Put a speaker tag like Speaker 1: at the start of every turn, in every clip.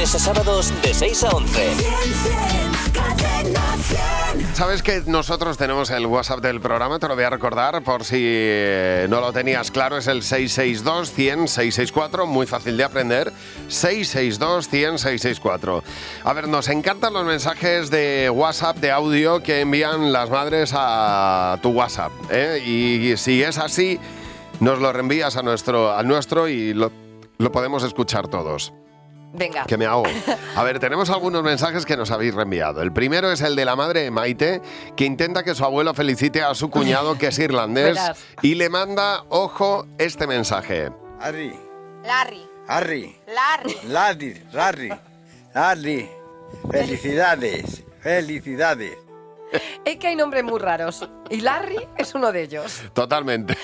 Speaker 1: a sábados de 6 a 11.
Speaker 2: Sabes que nosotros tenemos el WhatsApp del programa, te lo voy a recordar por si eh, no lo tenías claro, es el 662 100 664, muy fácil de aprender, 662 100 664. A ver, nos encantan los mensajes de WhatsApp de audio que envían las madres a tu WhatsApp, ¿eh? y si es así, nos lo reenvías a nuestro, al nuestro y lo, lo podemos escuchar todos.
Speaker 3: Venga.
Speaker 2: Que me ahogo. A ver, tenemos algunos mensajes que nos habéis reenviado. El primero es el de la madre de Maite, que intenta que su abuelo felicite a su cuñado, que es irlandés,
Speaker 3: Verás.
Speaker 2: y le manda, ojo, este mensaje.
Speaker 4: Harry,
Speaker 5: Larry,
Speaker 4: Harry,
Speaker 5: Larry.
Speaker 4: Larry, Larry, Larry. Felicidades, felicidades.
Speaker 3: Es que hay nombres muy raros y Larry es uno de ellos.
Speaker 2: Totalmente.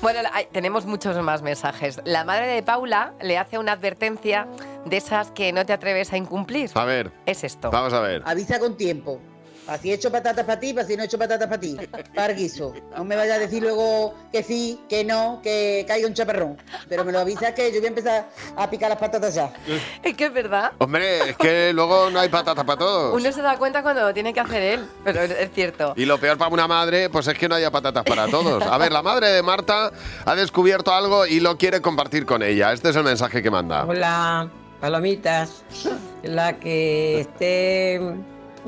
Speaker 3: Bueno, la- hay- tenemos muchos más mensajes. La madre de Paula le hace una advertencia de esas que no te atreves a incumplir.
Speaker 2: A ver,
Speaker 3: Es esto.
Speaker 2: vamos a ver.
Speaker 6: Avisa con tiempo. Así he hecho patatas para ti, así no he hecho patatas para ti. Para el guiso. No me vayas a decir luego que sí, que no, que caiga un chaparrón. Pero me lo avisas que yo voy a empezar a picar las patatas ya.
Speaker 3: Es que es verdad.
Speaker 2: Hombre, es que luego no hay patata para todos.
Speaker 3: Uno se da cuenta cuando lo tiene que hacer él, pero es- es cierto.
Speaker 2: Y lo peor para una madre, pues es que no haya patatas para todos. A ver, la madre de Marta ha descubierto algo y lo quiere compartir con ella. Este es el mensaje que manda.
Speaker 7: Hola, palomitas. La que esté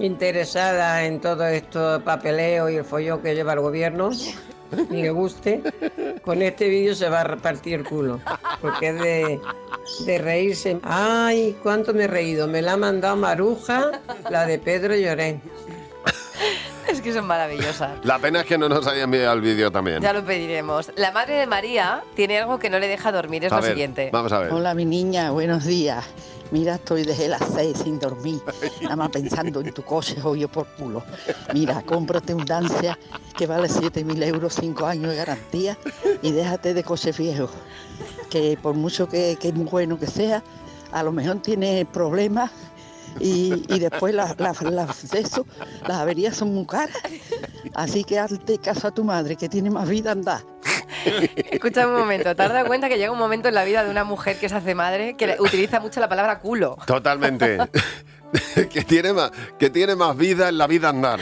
Speaker 7: interesada en todo esto papeleo y el follón que lleva el gobierno, ni le guste, con este vídeo se va a repartir el culo. Porque es de, de reírse. Ay, cuánto me he reído. Me la ha mandado Maruja, la de Pedro Llorén.
Speaker 3: Es que son maravillosas.
Speaker 2: La pena es que no nos hayan enviado el vídeo también.
Speaker 3: Ya lo pediremos. La madre de María tiene algo que no le deja dormir, es
Speaker 2: A
Speaker 3: lo
Speaker 2: ver,
Speaker 3: siguiente.
Speaker 2: Vamos a ver.
Speaker 8: Hola, mi niña, buenos días. Mira, estoy desde las seis sin dormir, nada más pensando en tu coche yo por culo. Mira, cómprate un Dancia que vale 7.000 euros, 5 años de garantía y déjate de coche viejo. Que por mucho que, que bueno que sea, a lo mejor tiene problemas y, y después las, las, las- de eso, las averías son muy caras. Así que hazte caso a tu madre, que tiene más vida, anda.
Speaker 3: Escucha un momento, ¿te has dado cuenta que llega un momento en la vida de una mujer que se hace madre que le- utiliza mucho la palabra culo?
Speaker 2: Totalmente. que, tiene más, que tiene más vida en la vida andar.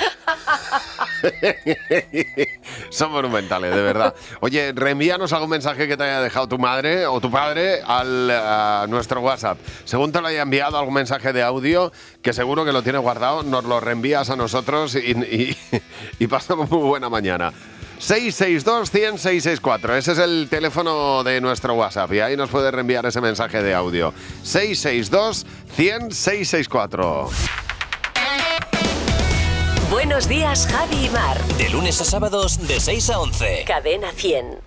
Speaker 2: Son monumentales, de verdad. Oye, reenvíanos algún mensaje que te haya dejado tu madre o tu padre al, a nuestro WhatsApp. Según te lo haya enviado algún mensaje de audio, que seguro que lo tienes guardado, nos lo reenvías a nosotros y, y, y pasamos muy buena mañana. 662-100-664. Ese es el teléfono de nuestro WhatsApp y ahí nos puedes reenviar ese mensaje de audio. 662-100-664.
Speaker 9: Buenos días, Javi y Mar.
Speaker 1: De lunes a sábados de 6 a 11.
Speaker 9: Cadena 100.